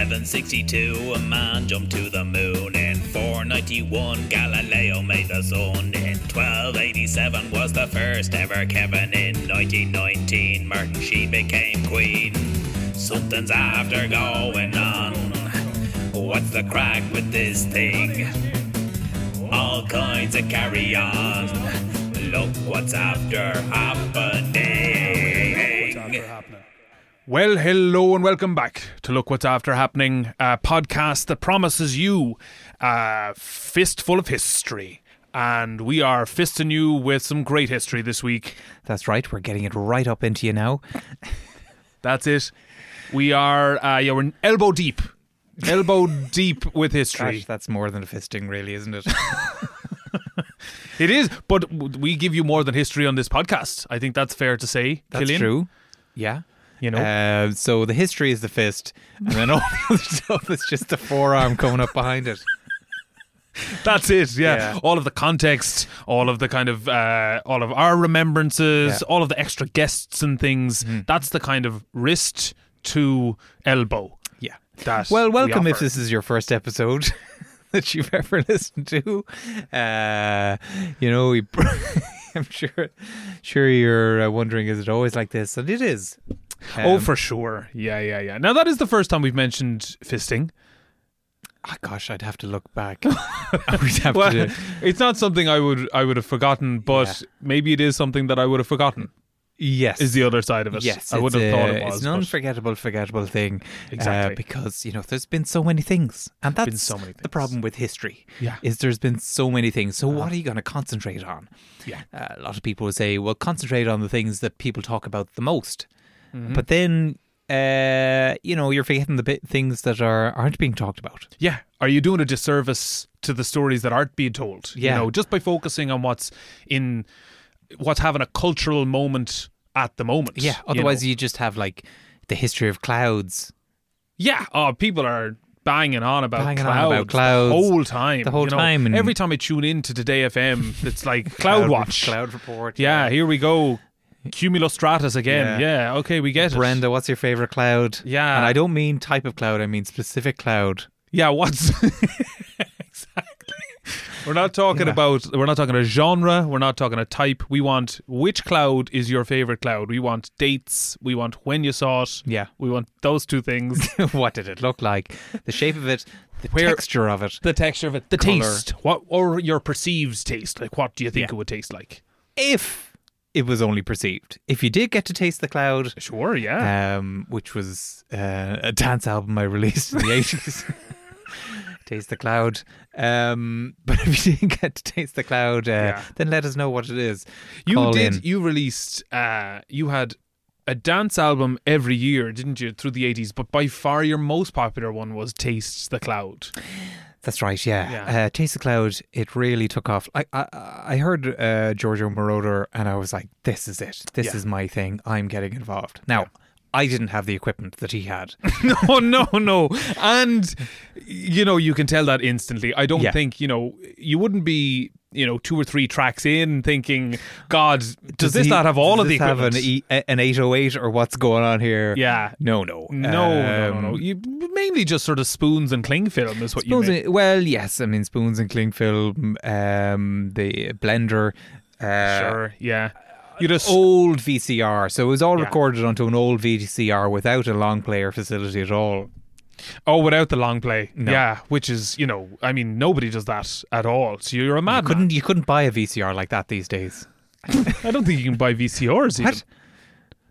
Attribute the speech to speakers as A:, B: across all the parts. A: 762, a man jumped to the moon. In 491, Galileo made the sun. In 1287 was the first ever Kevin. In 1919, Martin she became queen. Something's after going on. What's the crack with this thing? All kinds of carry on. Look what's after happening.
B: Well, hello and welcome back to Look What's After Happening, a podcast that promises you a fistful of history. And we are fisting you with some great history this week.
C: That's right. We're getting it right up into you now.
B: That's it. We are, uh, yeah, we're elbow deep. Elbow deep with history.
C: Gosh, that's more than a fisting, really, isn't it?
B: It is, but w- we give you more than history on this podcast. I think that's fair to say.
C: That's
B: Cillian.
C: true. Yeah.
B: You know,
C: Uh, so the history is the fist, and then all the other stuff is just the forearm coming up behind it.
B: that's it. Yeah.
C: yeah.
B: all of the context, all of the kind of, uh, all of our remembrances,
C: Yeah.
B: all of the extra guests and things. That's the kind of wrist to elbow.
C: Yeah.
B: That
C: Well,
B: we
C: welcome if
B: offer.
C: this is your first episode that you've ever listened to. Uh, you know, we, I'm sure, sure you're uh, wondering, is it always like this? And it is.
B: oh,
C: Um,
B: for sure. Yeah, yeah, yeah. Now that is the first time we've mentioned fisting.
C: ah, gosh, I'd have to look back. I would have
B: Well,
C: to.
B: it's not something I would I would have forgotten, but
C: Yeah.
B: maybe it is something that I would have forgotten. uh,
C: Yes.
B: Is the other side of it?
C: Yes,
B: I would
C: it's
B: have thought
C: a-
B: it was.
C: It's an
B: but
C: unforgettable, forgettable thing. uh,
B: Exactly.
C: because you know, there's been so many things, and that's
B: so many
C: the
B: things.
C: problem with history.
B: Yeah. Uh-huh.
C: is there's been so many things. So what are you going to concentrate on?
B: Yeah.
C: Uh, a lot of people would say, well, concentrate on the things that people talk about the most.
B: Mm-hmm.
C: But then, uh, you know, you're forgetting the bit things that are aren't being talked about.
B: yeah. Are you doing a disservice to the stories that aren't being told?
C: Yeah.
B: You know, just by focusing on what's in what's having a cultural moment at the moment.
C: Yeah.
B: you
C: Otherwise,
B: know.
C: you, just have like the history of clouds.
B: Yeah. Oh, people are banging on about
C: Banging on
B: clouds,
C: about clouds
B: the whole time.
C: the whole
B: you know.
C: time and-
B: Every time I tune in to Today FM, it's like Cloud Watch.
C: Cloud Report.
B: Yeah, here we go. Cumulostratus again. Yeah.
C: Yeah.
B: okay, we get it.
C: Brenda, what's your favorite cloud?
B: Yeah.
C: And I don't mean type of cloud, I mean specific cloud.
B: Yeah, what's exactly? We're not talking about. We're not talking a genre. We're not talking a type. We want which cloud is your favorite cloud. We want dates. We want when you saw it.
C: Yeah.
B: we want those two things.
C: what did it look like? The shape of it, the
B: Where-
C: texture of it.
B: the texture of it, the
C: Colour.
B: taste, what or your perceived taste. Like, what do you think
C: Yeah.
B: it would taste like?
C: If it was only perceived. If you did get to taste the cloud,
B: Sure, yeah.
C: um, which was uh, a dance album I released in the 80s. Taste the Cloud. Um, but if you didn't get to Taste the Cloud, uh,
B: Yeah.
C: then let us know what it is.
B: you
C: Call
B: did.
C: in.
B: You released. Uh, you had. A dance album every year, didn't you, through the 80s? But by far your most popular one was Tastes the Cloud.
C: That's right, yeah.
B: Yeah.
C: Uh, Taste the Cloud, it really took off. I I, I heard uh, Giorgio Moroder and I was like, this is it. This
B: Yeah.
C: is my thing. I'm getting involved. Now, I didn't have the equipment that he had.
B: no, Oh, no, no. And you know, you can tell that instantly. I don't
C: Yeah.
B: think, you know, you wouldn't be, you know, two or three tracks in thinking, God, does, this
C: he-
B: not have all
C: does
B: of the
C: this have
B: equipment?
C: an, e- an 808 or what's going on here?
B: yeah.
C: No, no.
B: No, no, no,
C: Um,
B: no. You mainly just sort of spoons and cling film is what
C: Spoons
B: you mean.
C: and, well, yes. I mean, spoons and cling film, um, the blender, uh, oh.
B: sure, yeah. You just
C: old VCR. So it was all
B: Yeah.
C: recorded onto an old VCR without a long player facility at all.
B: oh, without the long play, yeah, which is you know, I mean, nobody does that at all. So you're a madman.
C: Couldn't you couldn't buy a VCR like that these days?
B: I don't think you can buy VCRs. Even.
C: What?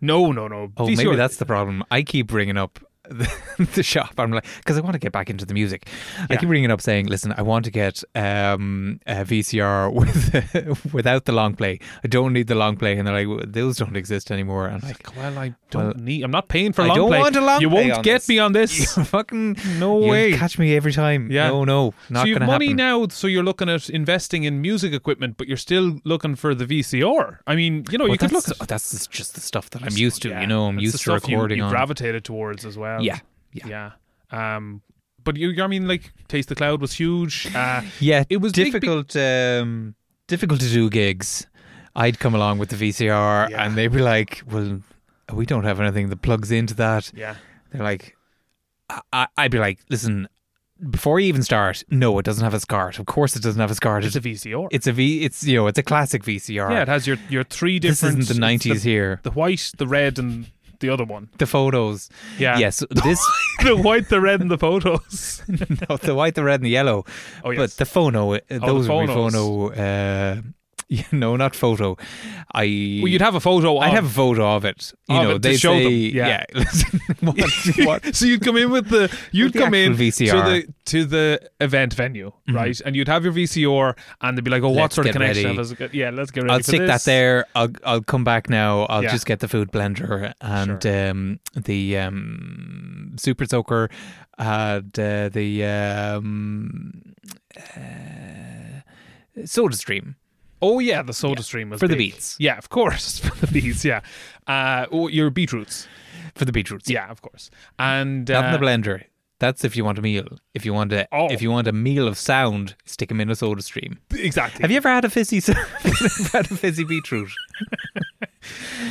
B: No, no, no.
C: Oh,
B: VCR
C: maybe that's the problem. I keep bringing up the, the shop. I'm like, because I want to get back into the music. I keep bringing up saying, listen, I want to get um, a VCR with without the long play. I don't need the long play, and they're like, those don't exist anymore. And I'm like.
B: Like, well, I don't need. I'm not paying for
C: I
B: long
C: don't
B: play.
C: want a long
B: you
C: play
B: won't
C: on
B: get
C: this.
B: me on
C: You
B: this.
C: fucking
B: No
C: You'll
B: way.
C: catch me every time.
B: Yeah.
C: No, no, not
B: so you've
C: gonna
B: money
C: happen.
B: now, so you're looking at investing in music equipment, but you're still looking for the VCR. I mean, you know,
C: Well,
B: you could look.
C: that's,
B: At,
C: that's just- just the stuff that I'm used to.
B: Yeah,
C: You know, I'm
B: that's the
C: used to
B: stuff you-
C: recording
B: You,
C: on.
B: gravitated towards as well.
C: Yeah,
B: yeah. Um, but you, I mean, like, Taste the Cloud was huge. Uh,
C: yeah,
B: It was big be-
C: difficult. um, difficult to do gigs. I'd come along with the VCR,
B: Yeah.
C: and they'd be like, "Well, we don't have anything that plugs into that."
B: yeah.
C: They're like, I, I'd be like, listen, before you even start, no, it doesn't have a SCART. Of course, it doesn't have a SCART.
B: It's a VCR.
C: It's a V. It's you know, it's a classic VCR.
B: yeah, it has your your three
C: This
B: different.
C: isn't the
B: it's
C: 90s here.
B: The white, the red, and the other one.
C: the photos.
B: Yeah.
C: Yes. This
B: the white, the red, and the photos.
C: no, the white, the red, and the yellow.
B: Oh, yes.
C: But the phono. uh,
B: the
C: those would be
B: phonos.
C: phono. Uh, you know, not photo. I.
B: well, you'd have a photo. Of,
C: I'd have a photo of it. You
B: Um, of
C: know,
B: it to
C: they
B: show
C: say,
B: them, yeah.
C: listen, what, what,
B: so you'd come in with the you'd
C: With the
B: come in
C: actual VCR.
B: to the to the event venue, right? And you'd have your VCR, and they'd be like, "Oh, what
C: Mm-hmm. Let's
B: sort of
C: get
B: connection?
C: ready.
B: Have us? Yeah, let's get ready."
C: I'll
B: for
C: stick
B: this.
C: that there. I'll I'll come back now. I'll
B: Yeah.
C: just get the food blender and um, the um, super soaker and uh, the um, uh, soda stream.
B: Oh yeah, the Soda Stream was
C: For the
B: big.
C: beets.
B: Yeah, of course, for the beets. Yeah, uh, oh, your beetroots.
C: for the beetroots.
B: Yeah, of course, and
C: not
B: uh,
C: in the blender. That's if you want a meal. If you want a
B: Oh.
C: if you want a meal of sound, stick them in a soda stream.
B: exactly.
C: Have you ever had a fizzy so- ever had a fizzy beetroot?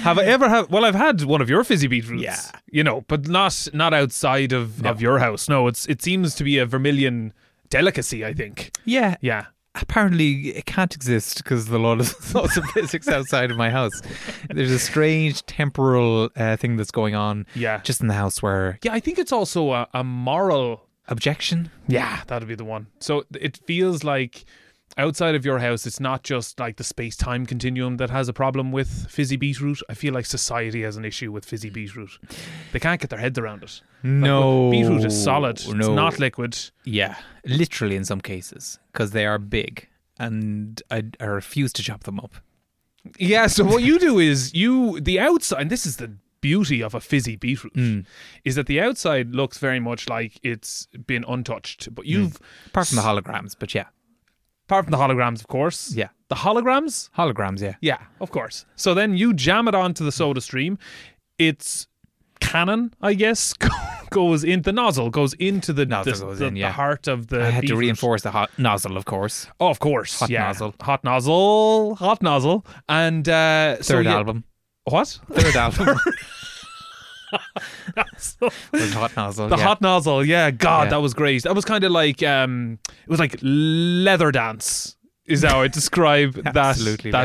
B: Have I ever had? Well, I've had one of your fizzy beetroots.
C: Yeah.
B: you know, but not not outside of of your house. No, it's it seems to be a vermilion delicacy. I think.
C: Yeah,
B: Yeah.
C: apparently it can't exist because the law of, laws of physics outside of my house. There's a strange temporal uh, thing that's going on.
B: Yeah.
C: just in the house where
B: Yeah, I think it's also a, a moral.
C: objection.
B: Yeah, that'd be the one. So th- it feels like outside of your house, it's not just like the space time continuum that has a problem with fizzy beetroot. I feel like society has an issue with fizzy beetroot. They can't get their heads around it.
C: No,
B: Beetroot is solid, it's
C: no.
B: not liquid.
C: Yeah, literally in some cases because they are big, and I, I refuse to chop them up.
B: Yeah, so what you do is you the outside and this is the beauty of a fizzy beetroot is that the outside looks very much like it's been untouched. But you've
C: Apart from the holograms, but yeah,
B: apart from the holograms, of course.
C: Yeah.
B: The holograms
C: holograms. Yeah,
B: Yeah, of course. So then you jam it onto the soda stream. Its cannon, I guess, goes in the nozzle, goes into the
C: Nozzle
B: the,
C: goes
B: the-
C: in,
B: the
C: yeah.
B: heart of the.
C: I had to
B: beetroot.
C: reinforce the hot nozzle, of course.
B: Oh, of course,
C: Hot
B: yeah.
C: nozzle.
B: hot nozzle, hot nozzle, and uh, so
C: Third
B: you-
C: album,
B: What?
C: third album
B: So-
C: was hot nozzle.
B: the
C: yeah.
B: hot nozzle, yeah. God,
C: Yeah.
B: that was great. That was kind of like um, it was like leather dance. Is how I describe that
C: Absolutely
B: that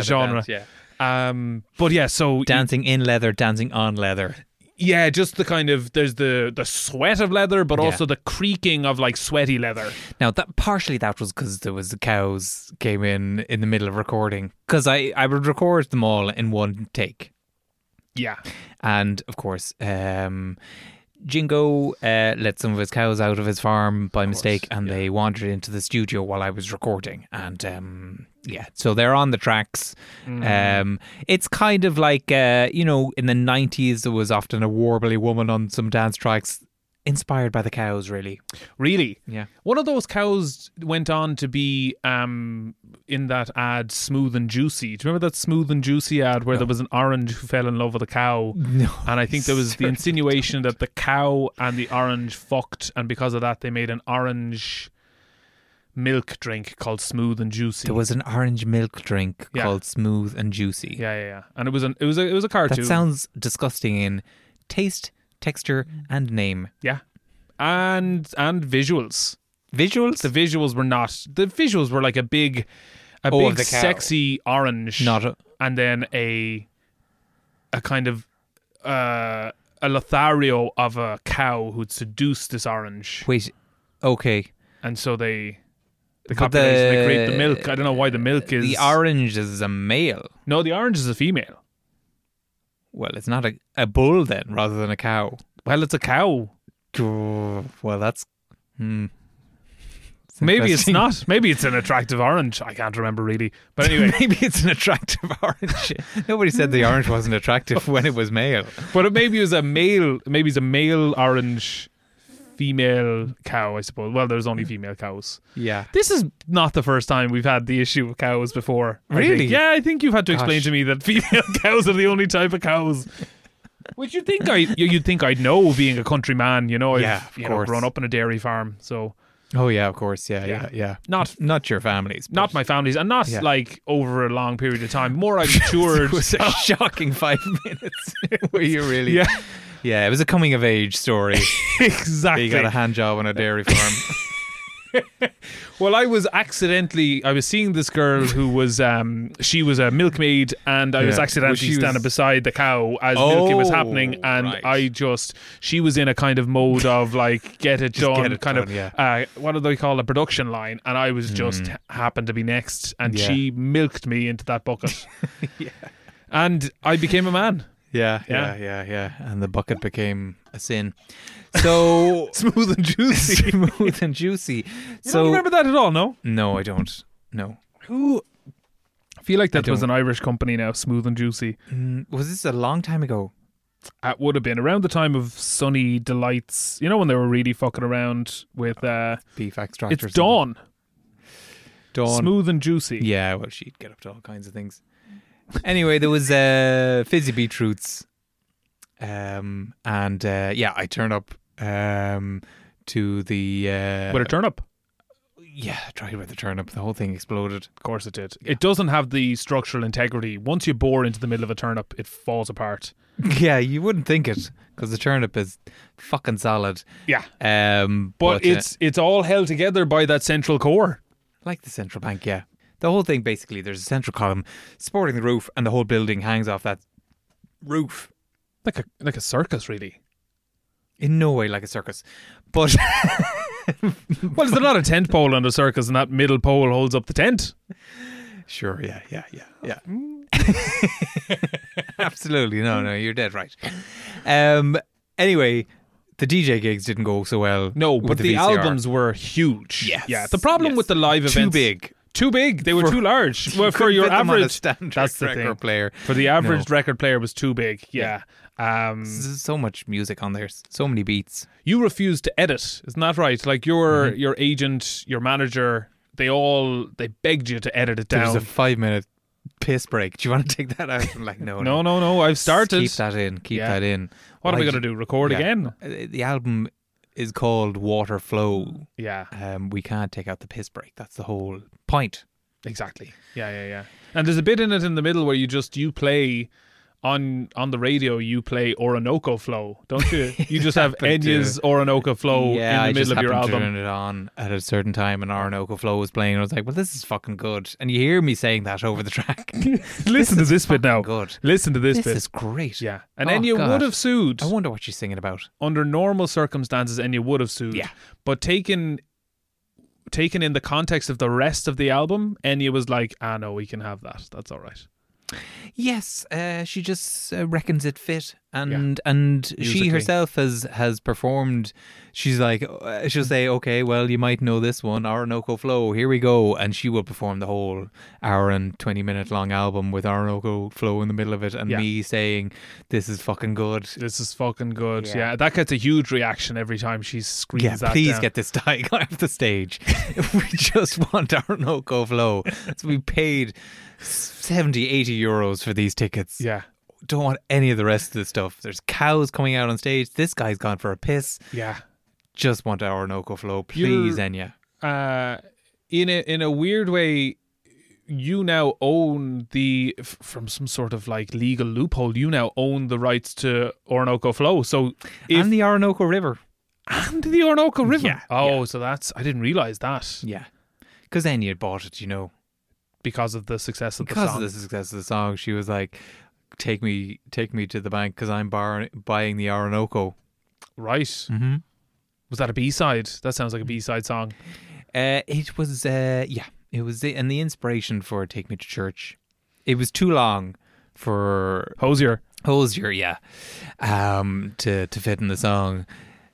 B: genre.
C: leather dance, yeah.
B: Um, but yeah, so you-
C: dancing in leather, dancing on leather.
B: Yeah, just the kind of there's the the sweat of leather, but also the creaking of like sweaty leather.
C: Now that partially that was because there was the cows came in in the middle of recording because I I would record them all in one take
B: Yeah,
C: and of course um Jingo uh, let some of his cows out of his farm by mistake and they wandered into the studio while I was recording and um yeah so they're on the tracks
B: Mm.
C: um it's kind of like uh you know in the 90s there was often a warbly woman on some dance tracks inspired by the cows really
B: really.
C: Yeah.
B: One of those cows went on to be um in that ad "Smooth and Juicy." Do you remember that "Smooth and Juicy" ad where there was an orange who fell in love with a cow? No. And I think there was the insinuation that the cow and the orange fucked, and because of that, they made an orange milk drink called "Smooth and Juicy."
C: There was an orange milk drink
B: Yeah.
C: called Smooth and Juicy.
B: yeah, yeah, yeah. And it was an it was a it was a cartoon.
C: That sounds disgusting in taste, texture,
B: Mm.
C: and name.
B: Yeah. And and visuals.
C: Visuals?
B: The visuals were not the visuals were like a big a
C: Oh, of
B: big
C: the cow.
B: sexy orange
C: Not a-
B: and then a a kind of uh a Lothario of a cow who'd seduced this orange.
C: Wait, okay.
B: And so they they
C: But
B: copulate and they
C: the-
B: create the milk. I don't know why the milk is
C: The orange is a male.
B: No, the orange is a female.
C: Well, it's not a, a bull then, rather than a cow.
B: Well, it's a cow.
C: Well, that's. Hmm. It's
B: Maybe it's
C: interesting.
B: not. Maybe it's an attractive orange. I can't remember really. But anyway,
C: Maybe it's an attractive orange. Nobody said the orange wasn't attractive when it was male.
B: But it maybe it was a male, maybe it's a male orange, female cow, I suppose. Well, there's only female cows.
C: Yeah.
B: This is not the first time we've had the issue of cows before. I
C: Really?
B: think. Yeah, I think you've had to explain
C: Gosh.
B: to me that female cows are the only type of cows. Which you think I you- you'd think I'd know being a country man, you know, I've
C: Yeah, of
B: you know,
C: course.
B: grown up in a dairy farm, so
C: Oh, yeah, of course. Yeah,
B: Yeah.
C: yeah, yeah.
B: Not-
C: not your families. but-
B: not my family's and not
C: Yeah.
B: like over a long period of time. More I matured.
C: It was a shocking five minutes where you really
B: Yeah.
C: Yeah, it was a coming of age story.
B: exactly.
C: you got a hand job on a dairy farm.
B: Well, I was accidentally I was seeing this girl who was um she was a milkmaid and I was
C: Yeah.
B: accidentally
C: Well, she was-
B: standing beside the cow as milking was happening
C: Oh,
B: and
C: right.
B: I just she was in a kind of mode of like get it done
C: get it
B: kind of
C: done,
B: uh what do they call a production line and I was just happened to be next and
C: Hmm. Yeah.
B: she milked me into that bucket. And I became a man.
C: yeah, yeah,
B: Yeah.
C: yeah, yeah. And the bucket became a sin. So
B: Smooth and juicy.
C: smooth and juicy.
B: You
C: so
B: don't remember that at all, no?
C: no, I don't. No.
B: Who I feel like that was
C: don't.
B: an Irish company now, Smooth and Juicy.
C: Mm, Was this a long time ago?
B: That would have been around the time of Sunny Delights. You know when they were really fucking around with uh
C: Beef extractors.
B: It's Dawn.
C: Dawn.
B: Smooth and juicy.
C: Yeah, well, she'd get up to all kinds of things. Anyway, there was uh, fizzy beetroots, um, and uh, yeah, I turned up um, to the uh,
B: With a turnip.
C: yeah, I tried with the turnip. The whole thing exploded.
B: Of course it did. It doesn't have the structural integrity. Once you bore into the middle of a turnip, it falls apart.
C: Yeah, you wouldn't think it because the turnip is fucking solid.
B: Yeah.
C: Um,
B: But
C: uh,
B: it's it's all held together by that central core.
C: like the central bank. Yeah, the whole thing basically. There's a central column supporting the roof, and the whole building hangs off that roof.
B: Like a like a circus really.
C: In no way like a circus, but.
B: Well, is there not a tent pole on the circus and that middle pole holds up the tent?
C: Sure. Yeah. Yeah. Yeah. Yeah. Absolutely. No. No. You're dead right. Um. Anyway, the DJ gigs didn't go so well.
B: No,
C: with
B: but the,
C: VCR.
B: albums were huge.
C: Yes.
B: Yeah. The problem
C: Yes.
B: with the live
C: Too
B: events
C: big.
B: Too big. They were
C: For-
B: too large. Well, for
C: Couldn't
B: your
C: fit them on a
B: average
C: standard
B: That's the
C: record
B: thing.
C: player.
B: For the average record player was too big. Yeah. Um,
C: There's so much music on there. So many beats.
B: you refused to edit, isn't that right? Like your
C: Mm-hmm.
B: your agent, your manager, they all they begged you to edit it
C: There was
B: down.
C: a five minute piss break. Do you want to take that out? I'm like, no,
B: no, no, no. I've started.
C: Keep that in. Keep
B: Yeah.
C: that in.
B: What are we
C: Why'd
B: gonna
C: you-
B: do? Record
C: Yeah.
B: again?
C: Uh, The album is called Water Flow.
B: Yeah.
C: Um, we can't take out the piss break. That's the whole point.
B: Exactly. Yeah, yeah, yeah. And there's a bit in it in the middle where you just you play on on the radio you play Orinoco Flow, don't you? You just have
C: Happened to-
B: Enya's Orinoco Flow
C: yeah,
B: Oh, in the
C: I
B: middle
C: just
B: of your
C: happened to
B: album.
C: Turn it on at a certain time, and Orinoco Flow was playing. And I was like, "Well, this is fucking good." And you hear me saying that over the track.
B: Listen to this bit now.
C: good.
B: Listen to this,
C: this
B: bit.
C: is great.
B: yeah. And
C: Oh,
B: Enya
C: God.
B: would have sued.
C: I wonder what she's singing about.
B: under normal circumstances and you would have sued.
C: Yeah.
B: But taken taken in the context of the rest of the album, Enya was like, ah no, we can have that. That's all right.
C: Yes, uh, she just uh, reckons it fit, and and she
B: Musically.
C: herself has has performed. She's like, uh, she'll say, "Okay, well, you might know this one, Orinoco Flow. Here we go," and she will perform the whole hour and twenty minute long album with Orinoco Flow in the middle of it, and
B: Yeah.
C: me saying, "This is fucking good."
B: This is fucking good.
C: Yeah.
B: Yeah. That gets a huge reaction every time she screams
C: Yeah,
B: that.
C: please
B: down.
C: get this guy off the stage. we just want our no-go flow. So we paid 70, 80 euros for these tickets.
B: Yeah.
C: Don't want any of the rest of the stuff. There's cows coming out on stage. This guy's gone for a piss.
B: Yeah.
C: Just want our no-go flow. Please,
B: You're-
C: Enya.
B: uh, in a in a weird way, you now own the f- from some sort of like legal loophole. You now own the rights to Orinoco Flow. So if
C: and the Orinoco River.
B: and the Orinoco River.
C: Yeah,
B: oh, so that's I didn't realize that
C: Yeah. Because Enya had bought it, you know.
B: because of the success of the
C: Because
B: song.
C: of the success of the song, she was like, take me take me to the bank because I'm bar- buying the Orinoco.
B: Right?
C: Mhm.
B: Was that a B side? That sounds like
C: Mm.
B: a B side song.
C: Uh, it was, uh, yeah, it was, the, and the inspiration for "Take Me to Church," it was too long for
B: Hosier.
C: Hosier, yeah, um, to to fit in the song.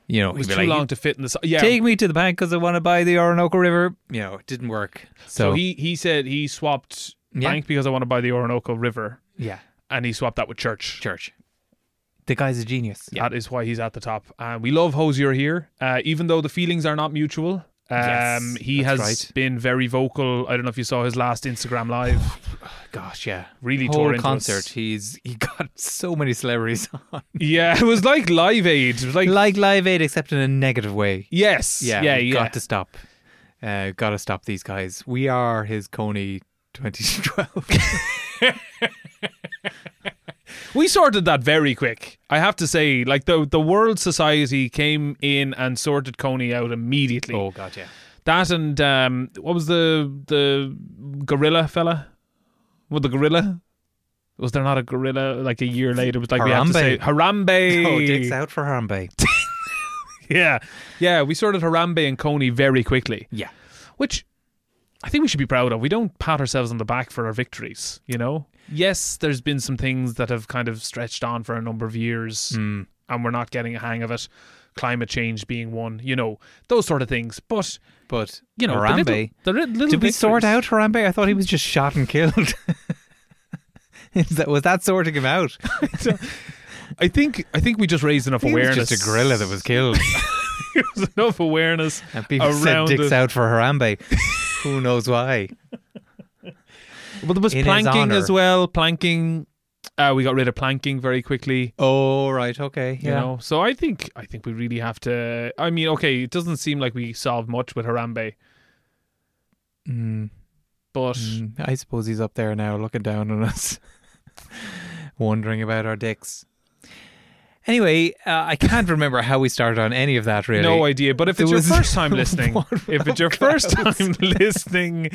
C: You know,
B: It was
C: he'd
B: too
C: be like,
B: long to fit in the song. Yeah.
C: Take me to the bank because I want to buy the Orinoco River. You know, it didn't work. So,
B: so he he said he swapped
C: Yeah.
B: bank because I want to buy the Orinoco River,
C: yeah,
B: and he swapped that with church.
C: church. The guy's a genius. Uh,
B: That is why he's at the top. And we love Hosier here, uh, even though the feelings are not mutual. Um,
C: Yes,
B: he has
C: that's right.
B: been very vocal. I don't know if you saw his last Instagram live.
C: Gosh, yeah,
B: Really
C: whole
B: tore into
C: concert.
B: us.
C: He's he got so many celebrities on,
B: yeah, it was like Live Aid. It was like,
C: like Live Aid, except in a negative way.
B: yes,
C: yeah,
B: yeah, yeah.
C: we've got to stop. Uh, got to stop these guys. We are his Coney 2012.
B: We sorted that very quick. I have to say, like the the World Society came in and sorted Coney out immediately.
C: Oh god, yeah.
B: That and um, what was the the gorilla fella? Well, the gorilla. Was there not a gorilla like a year later? It was like we have to
C: Harambe.
B: say Harambe.
C: Oh, dicks out for Harambe.
B: Yeah, yeah. We sorted Harambe and Coney very quickly,
C: yeah.
B: which I think we should be proud of. We don't pat ourselves on the back for our victories, you know. Yes, there's been some things that have kind of stretched on for a number of years,
C: Hmm.
B: and we're not getting a hang of it. Climate change being one, you know, those sort of things. But
C: But
B: you know,
C: Harambe.
B: the little, the ri- little
C: Did we
B: victories-
C: sort out Harambe? I thought he was just shot and killed. Is that, was that sorting him out?
B: I think I think we just raised enough awareness.
C: He was just a gorilla that was killed.
B: There was enough awareness
C: And people said
B: around
C: dicks
B: it.
C: out for Harambe. Who knows why?
B: Well, there was
C: in his
B: planking
C: honour.
B: as well. Planking. Uh, we got rid of planking very quickly.
C: Oh, right. Okay.
B: You know, so I think I think we really have to. I mean, okay, it doesn't seem like we solved much with Harambe,
C: Mm,
B: but
C: mm, I suppose he's up there now looking down on us, wondering about our dicks. Anyway, uh, I can't remember how we started on any of that, really.
B: no idea. But if
C: There
B: it's your
C: was-
B: first time listening,
C: What
B: if it's your first time listening,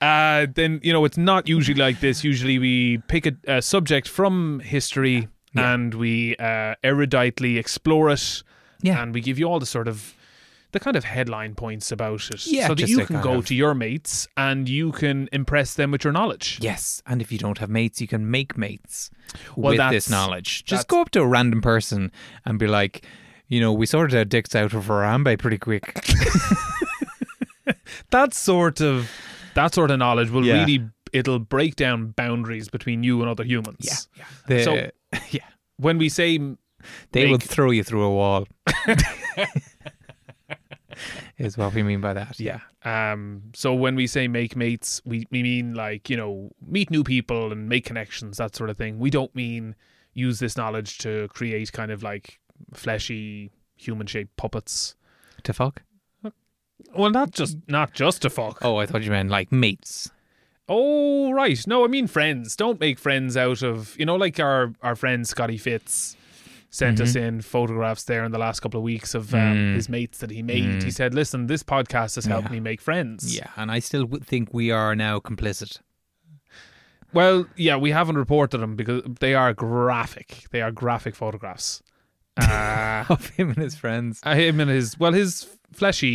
B: uh, then you know it's not usually like this. Usually we pick a, a subject from history
C: Yeah.
B: and we uh, eruditely explore it,
C: Yeah.
B: and we give you all the sort of the kind of headline points about it,
C: Yeah,
B: so that
C: just
B: you
C: a
B: can
C: kind
B: go
C: of-
B: to your mates and you can impress them with your knowledge.
C: Yes, and if you don't have mates, you can make mates
B: Well,
C: with
B: that's-
C: this knowledge.
B: that's-
C: Just go up to a random person and be like, you know, we sorted our dicks out of Harambe pretty quick.
B: that sort of that sort of knowledge will
C: Yeah.
B: really it'll break down boundaries between you and other humans.
C: yeah. The-
B: So-
C: yeah,
B: When we say m-
C: they will
B: Make-
C: throw you through a wall. is what we mean by that.
B: yeah, um so when we say make mates, we we mean like, you know, meet new people and make connections, that sort of thing. We don't mean use this knowledge to create kind of like fleshy human-shaped puppets.
C: To fuck?
B: Well, not just not just to fuck.
C: Oh, I thought you meant like mates.
B: Oh right, no, I mean friends. Don't make friends out of you know, like our our friend Scotty Fitz sent us in photographs there in the last couple of weeks of um,
C: Mm-hmm. Mm.
B: his mates that he made. He said, "Listen, this podcast has helped
C: Yeah.
B: me make friends."
C: Yeah, and I still would think we are now complicit.
B: Well, yeah, we haven't reported them because they are graphic. They are graphic photographs. Uh,
C: Of him and his friends.
B: uh, him and his well, his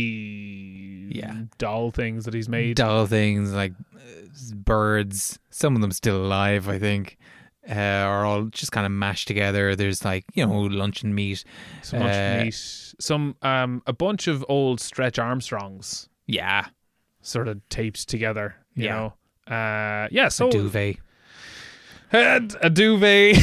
B: fleshy
C: Yeah.
B: doll things that he's made.
C: dull things like uh, birds. Some of them still alive, I think, uh, are all just kind of mashed together. There's like you know luncheon meat.
B: So much
C: Uh,
B: meat. Some um, a bunch of old Stretch Armstrongs.
C: Yeah,
B: sort of taped together, you
C: Yeah.
B: know. Uh, yeah, so
C: duvet.
B: And a duvet,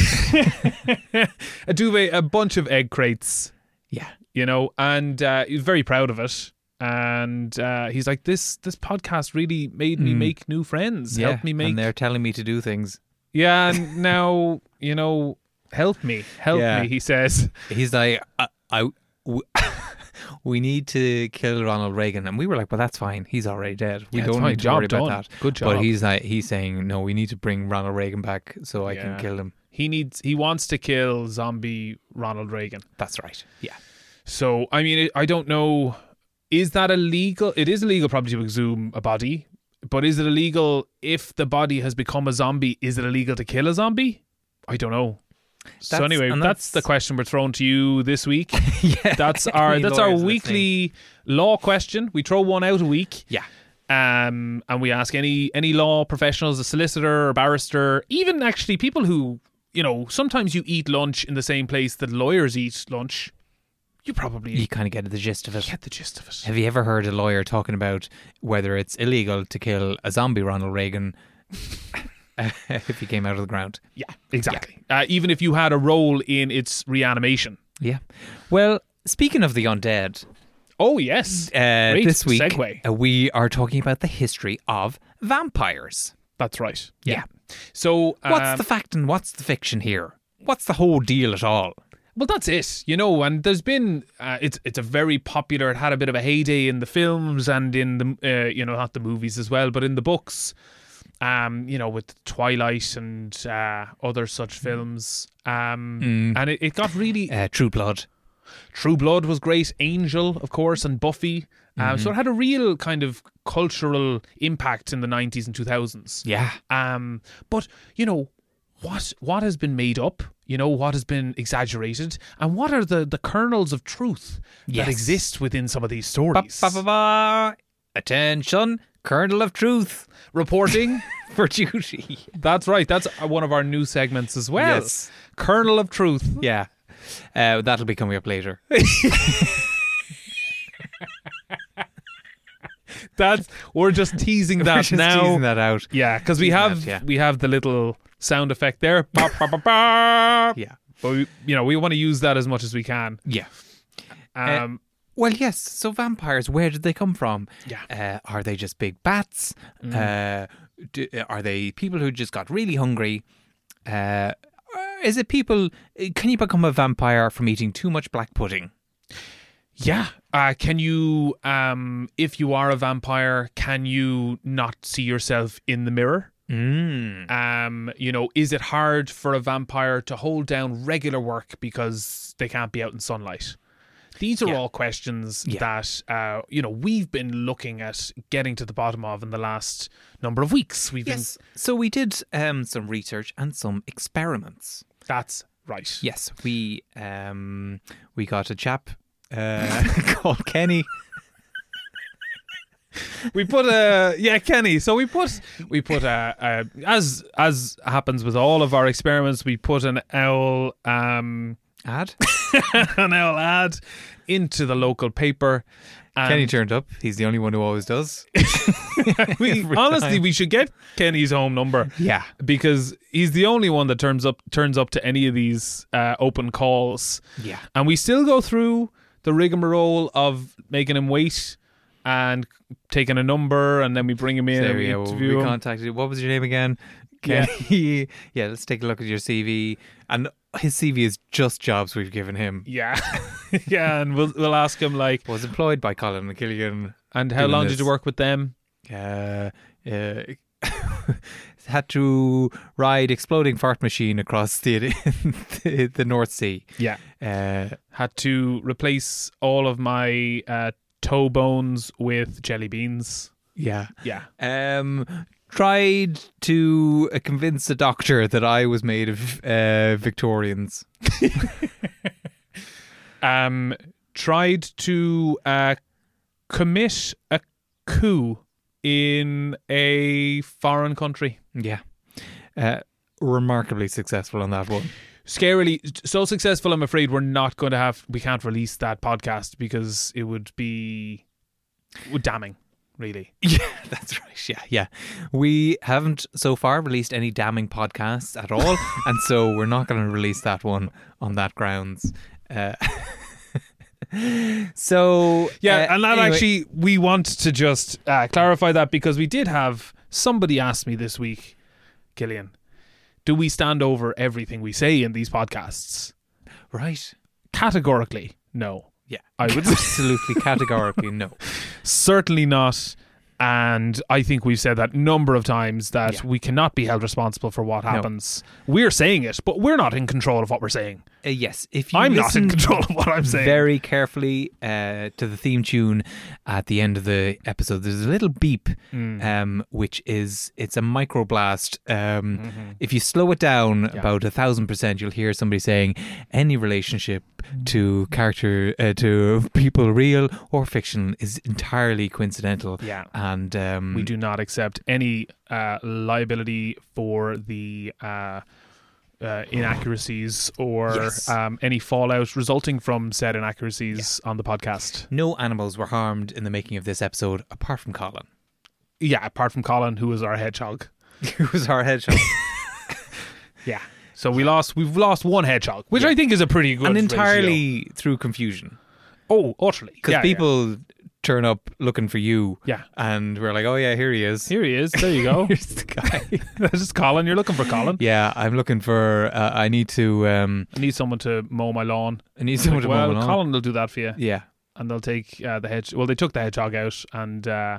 B: a duvet, a bunch of egg crates,
C: Yeah,
B: you know, and uh, he's very proud of it. And uh, he's like, this this podcast really made me make new friends,
C: Hmm. yeah.
B: helped me make,
C: And they're telling me to do things.
B: yeah, and now you know, help me, help
C: Yeah.
B: me, he says.
C: He's like, I, I- w- we need to kill Ronald Reagan, and we were like, well, that's fine. He's already dead. We
B: Yeah, it's
C: don't
B: fine.
C: need to
B: Job
C: worry about
B: done.
C: that.
B: Good job.
C: But he's like, he's saying, no, we need to bring Ronald Reagan back so I
B: Yeah.
C: can kill him.
B: He needs, he wants to kill zombie Ronald Reagan.
C: That's right. Yeah.
B: So I mean, I don't know. Is that illegal? It is illegal, probably, to exhume a body. But is it illegal if the body has become a zombie? Is it illegal to kill a zombie? I don't know. so
C: That's-
B: anyway, that's,
C: and
B: the
C: that's-
B: question we're throwing to you this week.
C: yeah.
B: That's our
C: Any
B: that's our
C: lawyers
B: weekly law question. We throw one out a week.
C: Yeah.
B: Um, and we ask any any law professionals, a solicitor, a barrister, even actually people who you know sometimes you eat lunch in the same place that lawyers eat lunch. You probably
C: You kind of get the gist of it.
B: get the gist of it.
C: Have you ever heard a lawyer talking about whether it's illegal to kill a zombie Ronald Reagan if he came out of the ground?
B: Yeah, exactly. Uh, even if you had a role in its reanimation.
C: Yeah. Well, speaking of the undead,
B: Oh yes,
C: uh,
B: Great
C: this week
B: segue.
C: uh, we are talking about the history of vampires.
B: that's right.
C: Yeah.
B: So um,
C: What's the fact and what's the fiction here? What's the whole deal at all?
B: well, that's it. You know, and there's been uh, it's it's a very popular. It had a bit of a heyday in the films and in the uh, you know not the movies as well, but in the books. um, you know, with Twilight and uh, other such
C: Mm.
B: films. Um, And it, it got really.
C: Uh, True Blood.
B: True Blood was great, Angel, of course, and Buffy. Um,
C: Mm-hmm.
B: So it had a real kind of cultural impact in the 90s and 2000s.
C: Yeah.
B: Um, but you know what? What has been made up? You know what has been exaggerated, and what are the the kernels of truth
C: Yes.
B: that exist within some of these
C: Ba,
B: stories?
C: ba, ba, ba. Attention, kernel of truth
B: Reporting.
C: for duty.
B: that's right. That's uh, one of our new segments as well.
C: Yes.
B: Kernel of truth.
C: Yeah. Uh, that'll be coming up later.
B: That's we're just teasing that
C: We're just
B: now.
C: teasing that out.
B: Yeah, because we
C: Teasing
B: have
C: that, yeah.
B: we have the little sound effect there. Ba, ba, ba, ba.
C: Yeah.
B: But we, you know we want to use that as much as we can.
C: Yeah. Eh,
B: Um,
C: Well, yes. So vampires, where did they come from?
B: Yeah.
C: Uh, are they just big bats? Uh, do, are they people who just got really hungry? Uh, or is it people? uh, Can you become a vampire from eating too much black pudding?
B: Yeah. Uh, can you, um, if you are a vampire, can you not see yourself in the mirror?
C: Mm.
B: Um, you know, is it hard for a vampire to hold down regular work because they can't be out in sunlight? These are
C: Yeah.
B: all questions
C: Yeah.
B: that uh, you know we've been looking at getting to the bottom of in the last number of weeks. We've
C: Yes. So we did um, some research and some experiments.
B: been that's right.
C: Yes, we um, we got a chap uh, called Kenny.
B: we put a yeah Kenny. So we put we put a, a as as happens with all of our experiments, we put an owl um
C: Ad.
B: an owl ad into the local paper. And
C: Kenny turned up. He's the only one who always does.
B: we,
C: every
B: honestly,
C: time.
B: we should get Kenny's home number.
C: Yeah.
B: because he's the only one that turns up turns up to any of these uh, open calls.
C: Yeah.
B: and we still go through the rigmarole of making him wait. And taking a number, and then we bring him in
C: There
B: and
C: we
B: we
C: go.
B: interview
C: We
B: him.
C: contacted. What was your name again?
B: Yeah.
C: Kenny. Yeah. let's take a look at your CV. And his CV is just jobs we've given him.
B: Yeah, yeah, and we'll we'll ask him like,
C: Was employed by Colin McKilligan.
B: and how
C: Doing
B: long
C: this.
B: did you work with them?
C: Uh, uh, had to ride exploding fart machine across the the, the North Sea.
B: Yeah,
C: Uh,
B: had to replace all of my uh, toe bones with jelly beans.
C: yeah.
B: Yeah,
C: Um, tried to uh, convince a doctor that I was made of uh, Victorians.
B: um, tried to uh, commit a coup in a foreign country.
C: Yeah. Uh, remarkably successful on that one.
B: Scarily so successful, I'm afraid we're not going to have. We can't release that podcast because it would be damning, really.
C: Yeah, that's right. Yeah, yeah. We haven't so far released any damning podcasts at all, and so we're not going to release that one on that grounds. Uh, so
B: Yeah,
C: uh,
B: and that
C: anyway-
B: actually, we want to just uh, clarify that because we did have somebody ask me this week, Gillian, do we stand over everything we say in these podcasts?
C: right.
B: Categorically, no.
C: Yeah,
B: I would
C: absolutely categorically no.
B: certainly not. And I think we've said that number of times that
C: Yeah.
B: we cannot be held responsible for what happens. We're saying it, but we're not in control of what we're saying.
C: Uh, yes, if you
B: I'm not in
C: listen
B: control of what I'm saying.
C: very carefully uh, to the theme tune at the end of the episode. There's a little beep,
B: Mm.
C: um, which is it's a microblast. Um,
B: Mm-hmm.
C: If you slow it down about a thousand percent, you'll hear somebody saying any relationship
B: Mm.
C: to character uh, to people, real or fiction, is entirely coincidental.
B: Yeah.
C: and um,
B: We do not accept any uh, liability for the uh, uh, inaccuracies or
C: Yes.
B: um, any fallout resulting from said inaccuracies on the podcast.
C: No animals were harmed in the making of this episode, apart from Colin,
B: Yeah, apart from Colin, who was our hedgehog.
C: who was our hedgehog.
B: Yeah. So we lost. We've lost one hedgehog, which I think is a pretty good
C: and
B: ratio.
C: entirely through confusion.
B: Oh, utterly.
C: because
B: Yeah, yeah.
C: people turn up looking for you.
B: Yeah.
C: and we're like, oh yeah, here he is.
B: Here he is. There you go.
C: Here's the guy.
B: this is Colin. You're looking for Colin.
C: yeah, I'm looking for. Uh, I need to. Um,
B: I need someone to mow my lawn.
C: I need someone to mow
B: well,
C: my lawn.
B: Colin will do that for you,
C: Yeah.
B: and they'll take uh, the hedge. Well, they took the hedgehog out, and uh,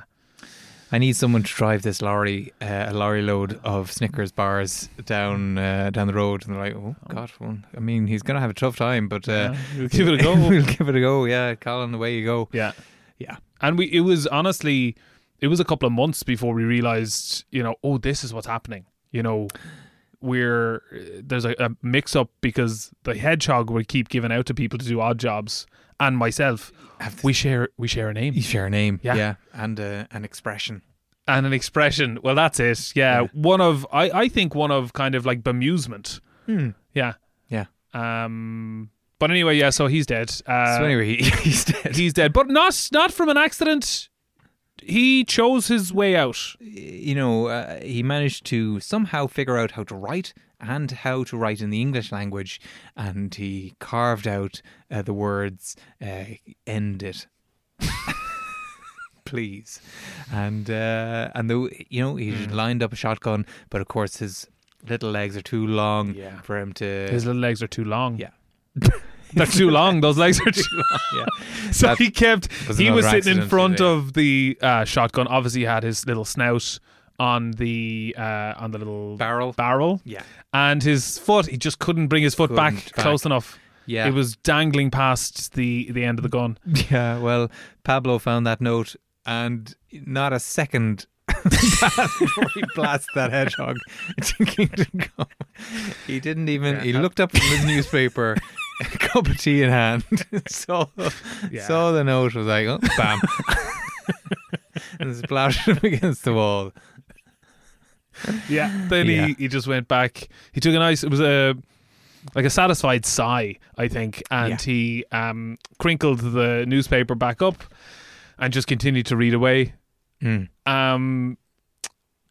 C: I need someone to drive this lorry, uh, a lorry load of Snickers bars down uh, down the road." And they're like, "Oh God, well, I mean, he's gonna have a tough time, but
B: Yeah,
C: uh,
B: we'll give it a go.
C: we'll give it a go." Yeah, Colin, away you go.
B: Yeah.
C: Yeah.
B: And we it was honestly it was a couple of months before we realized, you know, oh this is what's happening. You know, we're uh, there's a, a mix up because the hedgehog would keep giving out to people to do odd jobs and myself we share we share a name
C: You share a name,
B: Yeah.
C: yeah, and uh, an expression.
B: and an expression. Well, that's it. Yeah. One of I I think one of kind of like bemusement. Yeah.
C: Yeah.
B: Um but anyway, yeah, so he's dead. Uh,
C: so anyway, he, he's dead.
B: he's dead, but not not from an accident. He chose his way out.
C: you know, uh, he managed to somehow figure out how to write and how to write in the English language, and he carved out uh, the words uh, "end it." Please, and uh, and the you know he
B: Hmm.
C: lined up a shotgun, but of course his little legs are too long
B: Yeah.
C: for him to.
B: His little legs are too long.
C: yeah,
B: They're too long. Those legs are too long.
C: yeah.
B: So
C: That
B: he kept,
C: was
B: he was
C: another
B: sitting in
C: accident,
B: front
C: yeah.
B: of the uh, shotgun. Obviously, he had his little snout on the uh, on the little
C: Barrel.
B: barrel.
C: Yeah.
B: And his foot, he just couldn't bring his foot back,
C: Couldn't back.
B: close enough.
C: Yeah.
B: It was dangling past the, the end of the gun.
C: Yeah, well, Pablo found that note, and not a second passed before he blasted that hedgehog into Kingdom Come. He didn't even. He looked up from his newspaper, a cup of tea in hand, saw
B: Yeah.
C: saw the note, was like, oh, bam, and splashed him against the wall.
B: Yeah. Then
C: Yeah.
B: He, he just went back. He took a nice. It was a like a satisfied sigh, I think, and
C: Yeah.
B: he um, crinkled the newspaper back up and just continued to read away.
C: Mm.
B: Um,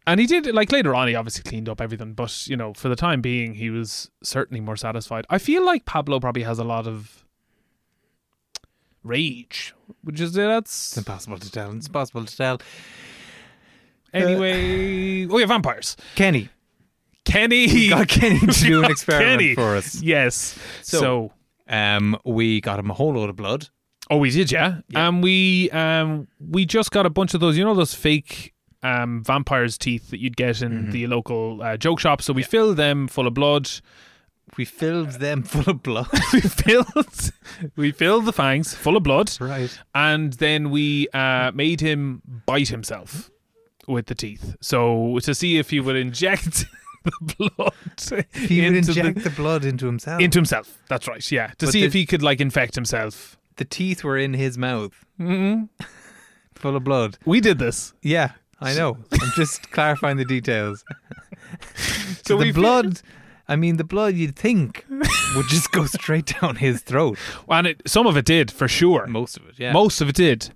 B: and he did like later on. He obviously cleaned up everything, but you know, for the time being, he was certainly more satisfied. I feel like Pablo probably has a lot of rage. Would you say
C: It's
B: that's
C: impossible to tell. It's impossible to tell.
B: anyway? oh yeah, vampires.
C: Kenny
B: Kenny
C: got Kenny to do an
B: got
C: experiment
B: Kenny.
C: for us.
B: Yes.
C: So-
B: so
C: Um, we got him a whole load of blood.
B: Oh, we did, yeah. And we um we just got a bunch of those, you know, those fake um vampires teeth that you'd get in
C: Mm-hmm.
B: the local uh, joke shop. So we filled them full of blood.
C: We filled them full of blood.
B: we filled we filled the fangs full of blood,
C: right.
B: and then we uh, made him bite himself with the teeth. So to see if he would inject the blood
C: He would
B: into
C: inject
B: the,
C: the, blood into himself.
B: into himself. That's right. Yeah. To see if
C: the-
B: he could like infect himself.
C: the teeth were in his mouth. Mm-hmm. Full of blood.
B: We did this.
C: Yeah, I know. I'm just clarifying the details.
B: So
C: so
B: we
C: the
B: fi-
C: blood, I mean, the blood you'd think would just go straight down his throat.
B: And it, some of it did for sure.
C: Most of it, yeah.
B: Most of it did.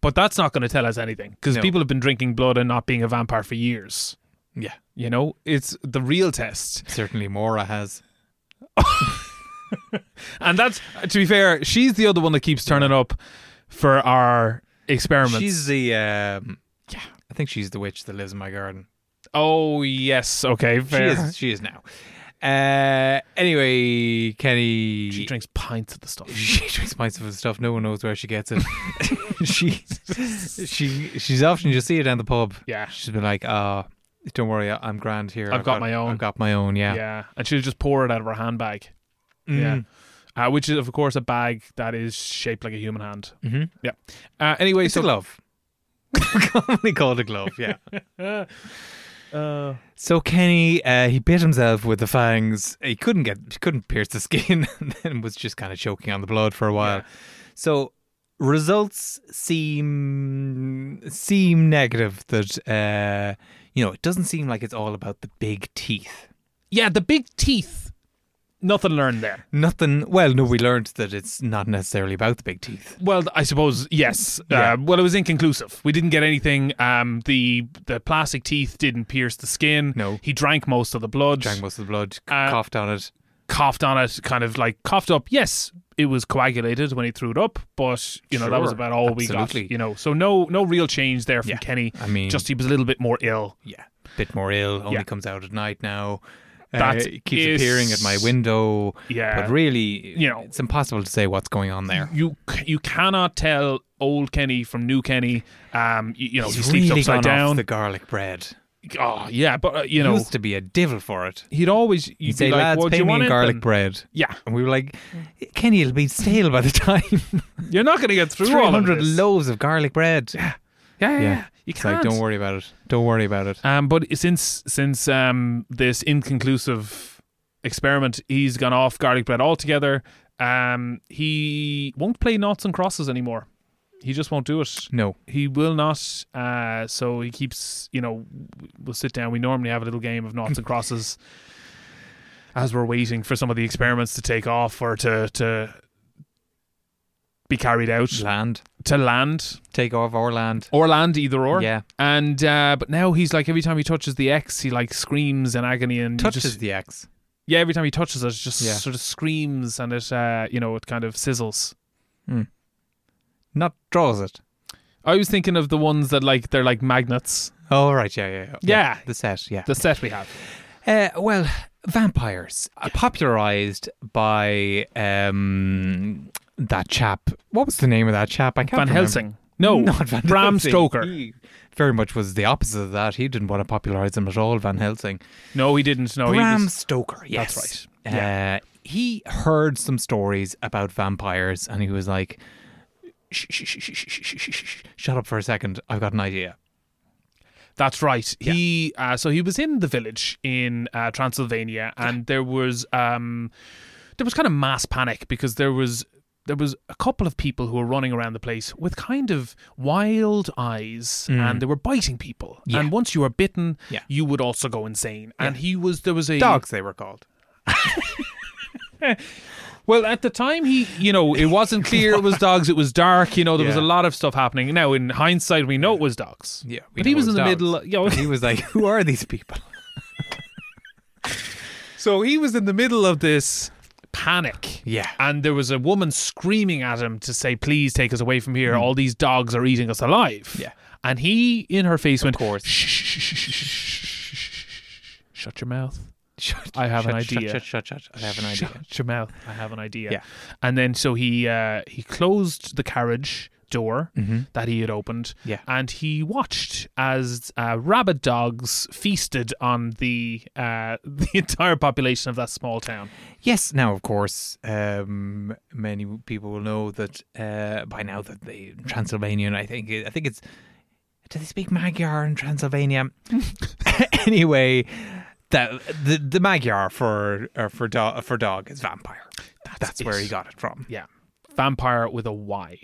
B: But that's not going to tell us anything because
C: No.
B: people have been drinking blood and not being a vampire for years.
C: yeah.
B: You know, it's the real test.
C: Certainly Mora has.
B: And that's, to be fair, she's the other one that keeps turning up for our experiments.
C: She's the, um, yeah, I think she's the witch that lives in my garden.
B: oh, yes. Okay,
C: She
B: fair.
C: is, she is now. Uh, anyway, Kenny.
B: She drinks pints of the stuff.
C: she drinks pints of his stuff. No one knows where she gets it. she, she, she's often you see her down the pub.
B: Yeah.
C: she's been like, "Ah, don't worry, I'm grand here.
B: I've got my own."
C: I've got my own. Yeah,
B: Yeah. And she'll just pour it out of her handbag.
C: Mm.
B: Yeah. Uh, which is, of course, a bag that is shaped like a human hand.
C: Mhm.
B: Yeah. Uh, anyway,
C: It's
B: so.
C: a glove. Commonly called a glove. Yeah.
B: Uh,
C: so Kenny, uh, he bit himself with the fangs. He couldn't get, he couldn't pierce the skin, and then was just kind of choking on the blood for a while. So. Results seem seem negative. That uh, you know, it doesn't seem like it's all about the big teeth.
B: yeah, the big teeth. Nothing learned there.
C: Nothing. Well, no, we learned that it's not necessarily about the big teeth.
B: Well, I suppose yes.
C: Yeah.
B: Uh, well, it was inconclusive. We didn't get anything. Um, the the plastic teeth didn't pierce the skin.
C: No.
B: he drank most of the blood.
C: Drank most of the blood, c-
B: Uh,
C: coughed on it.
B: coughed on it, kind of like coughed up. Yes, it was coagulated when he threw it up, but you know that was
C: Sure,
B: about all we got.
C: absolutely.
B: You know, so no no real change there from
C: Yeah,
B: Kenny.
C: I mean-
B: just he was a little bit more ill.
C: Yeah, bit more ill. Only
B: Yeah.
C: comes out at night now.
B: That
C: uh, it keeps
B: is-
C: appearing at my window.
B: Yeah.
C: but really,
B: You know-
C: it's impossible to say what's going on there.
B: You c- you cannot tell old Kenny from new Kenny. Um, y- you, know, he
C: He's
B: sleeps
C: really
B: upside
C: gone off
B: down.
C: the garlic bread.
B: oh yeah, but uh, you know,
C: used to be a divil for it.
B: he'd always you'd
C: He'd
B: be
C: say,
B: like,
C: lads,
B: "What do
C: pay
B: you
C: me
B: want
C: in
B: in
C: garlic
B: then?"
C: bread.
B: Yeah,
C: And we were like, Kenny, it'll be stale by the time.
B: you're not going to get through all of
C: 300
B: this.
C: loaves of garlic bread. Yeah.
B: yeah, yeah, yeah.
C: yeah.
B: You
C: It's
B: can't.
C: like, don't worry about it. Don't worry about it.
B: Um, but since since um this inconclusive experiment, he's gone off garlic bread altogether. Um, he won't play knots and crosses anymore. He just won't do it.
C: No.
B: He will not. Uh, so he keeps. You know, we'll sit down. We normally have a little game of knots and crosses as we're waiting for some of the experiments to take off or to to be carried out
C: Land.
B: to land
C: Take off our land.
B: or land either or.
C: Yeah.
B: And uh, but now he's like every time he touches the X, he like screams in agony and you
C: Touches
B: just-
C: the axe.
B: yeah, every time he touches it, it just
C: Yeah.
B: sort of screams and it uh, you know it kind of sizzles.
C: Not draws it.
B: I was thinking of the ones that like they're like magnets.
C: Oh, right. Yeah, yeah, yeah.
B: Yeah.
C: The set, yeah.
B: The set we have.
C: Uh, well, vampires uh, popularized by um, that chap. What was the name of that chap? I can't
B: Van
C: remember.
B: Helsing. No,
C: Not Van
B: Bram
C: Helsing.
B: Stoker.
C: He very much was the opposite of that. He didn't want to popularize them at all. Van Helsing.
B: No, he didn't. No,
C: Bram
B: Oh, he was.
C: Stoker. Yes,
B: That's right.
C: Uh, He heard some stories about vampires, and he was like, shh, shh, shh, shh, shh, shh, shh, shh, "Shut up for a second. I've got an idea."
B: That's right. He uh, so he was in the village in uh, Transylvania, and there was um, there was kind of mass panic because there was there was a couple of people who were running around the place with kind of wild eyes, and they were biting people.
C: Mm. Yeah.
B: And once you were bitten,
C: Yeah.
B: you would also go insane. And he was there was a
C: Dogs, they were called.
B: Well, at the time, he you know it wasn't clear it was dogs. It was dark. You know there was
C: Yeah.
B: a lot of stuff happening. Now in hindsight, we know it was dogs.
C: Yeah, we
B: but
C: know
B: he
C: it
B: was in
C: was
B: the
C: dogs.
B: middle. You know,
C: he was like, "Who are these people?"
B: So he was in the middle of this panic.
C: Yeah.
B: And there was a woman screaming at him to say, please take us away from here. All these dogs are eating us alive.
C: Yeah.
B: And he, in her face, went,
C: course.
B: "Shh, shh, shh, shh, shh, shh, shh, shh. shut your mouth.
C: Shut,
B: I have an
C: shut,
B: idea.
C: Shut, shut, shut, shut. I have an idea.
B: Shut your mouth. I have an idea.
C: Yeah.
B: And then so he uh, he closed the carriage door that he had opened.
C: Mm-hmm. Yeah.
B: And he watched as uh, rabid dogs feasted on the uh, the entire population of that small town.
C: Yes. Now, of course, um, many people will know that uh, by now that the Transylvanian, I think, I think it's. Do they speak Magyar in Transylvania? anyway, that the the Magyar for uh, for dog for dog is vampire. That's, where
B: it.
C: he got it from.
B: Yeah. Vampire with a Y.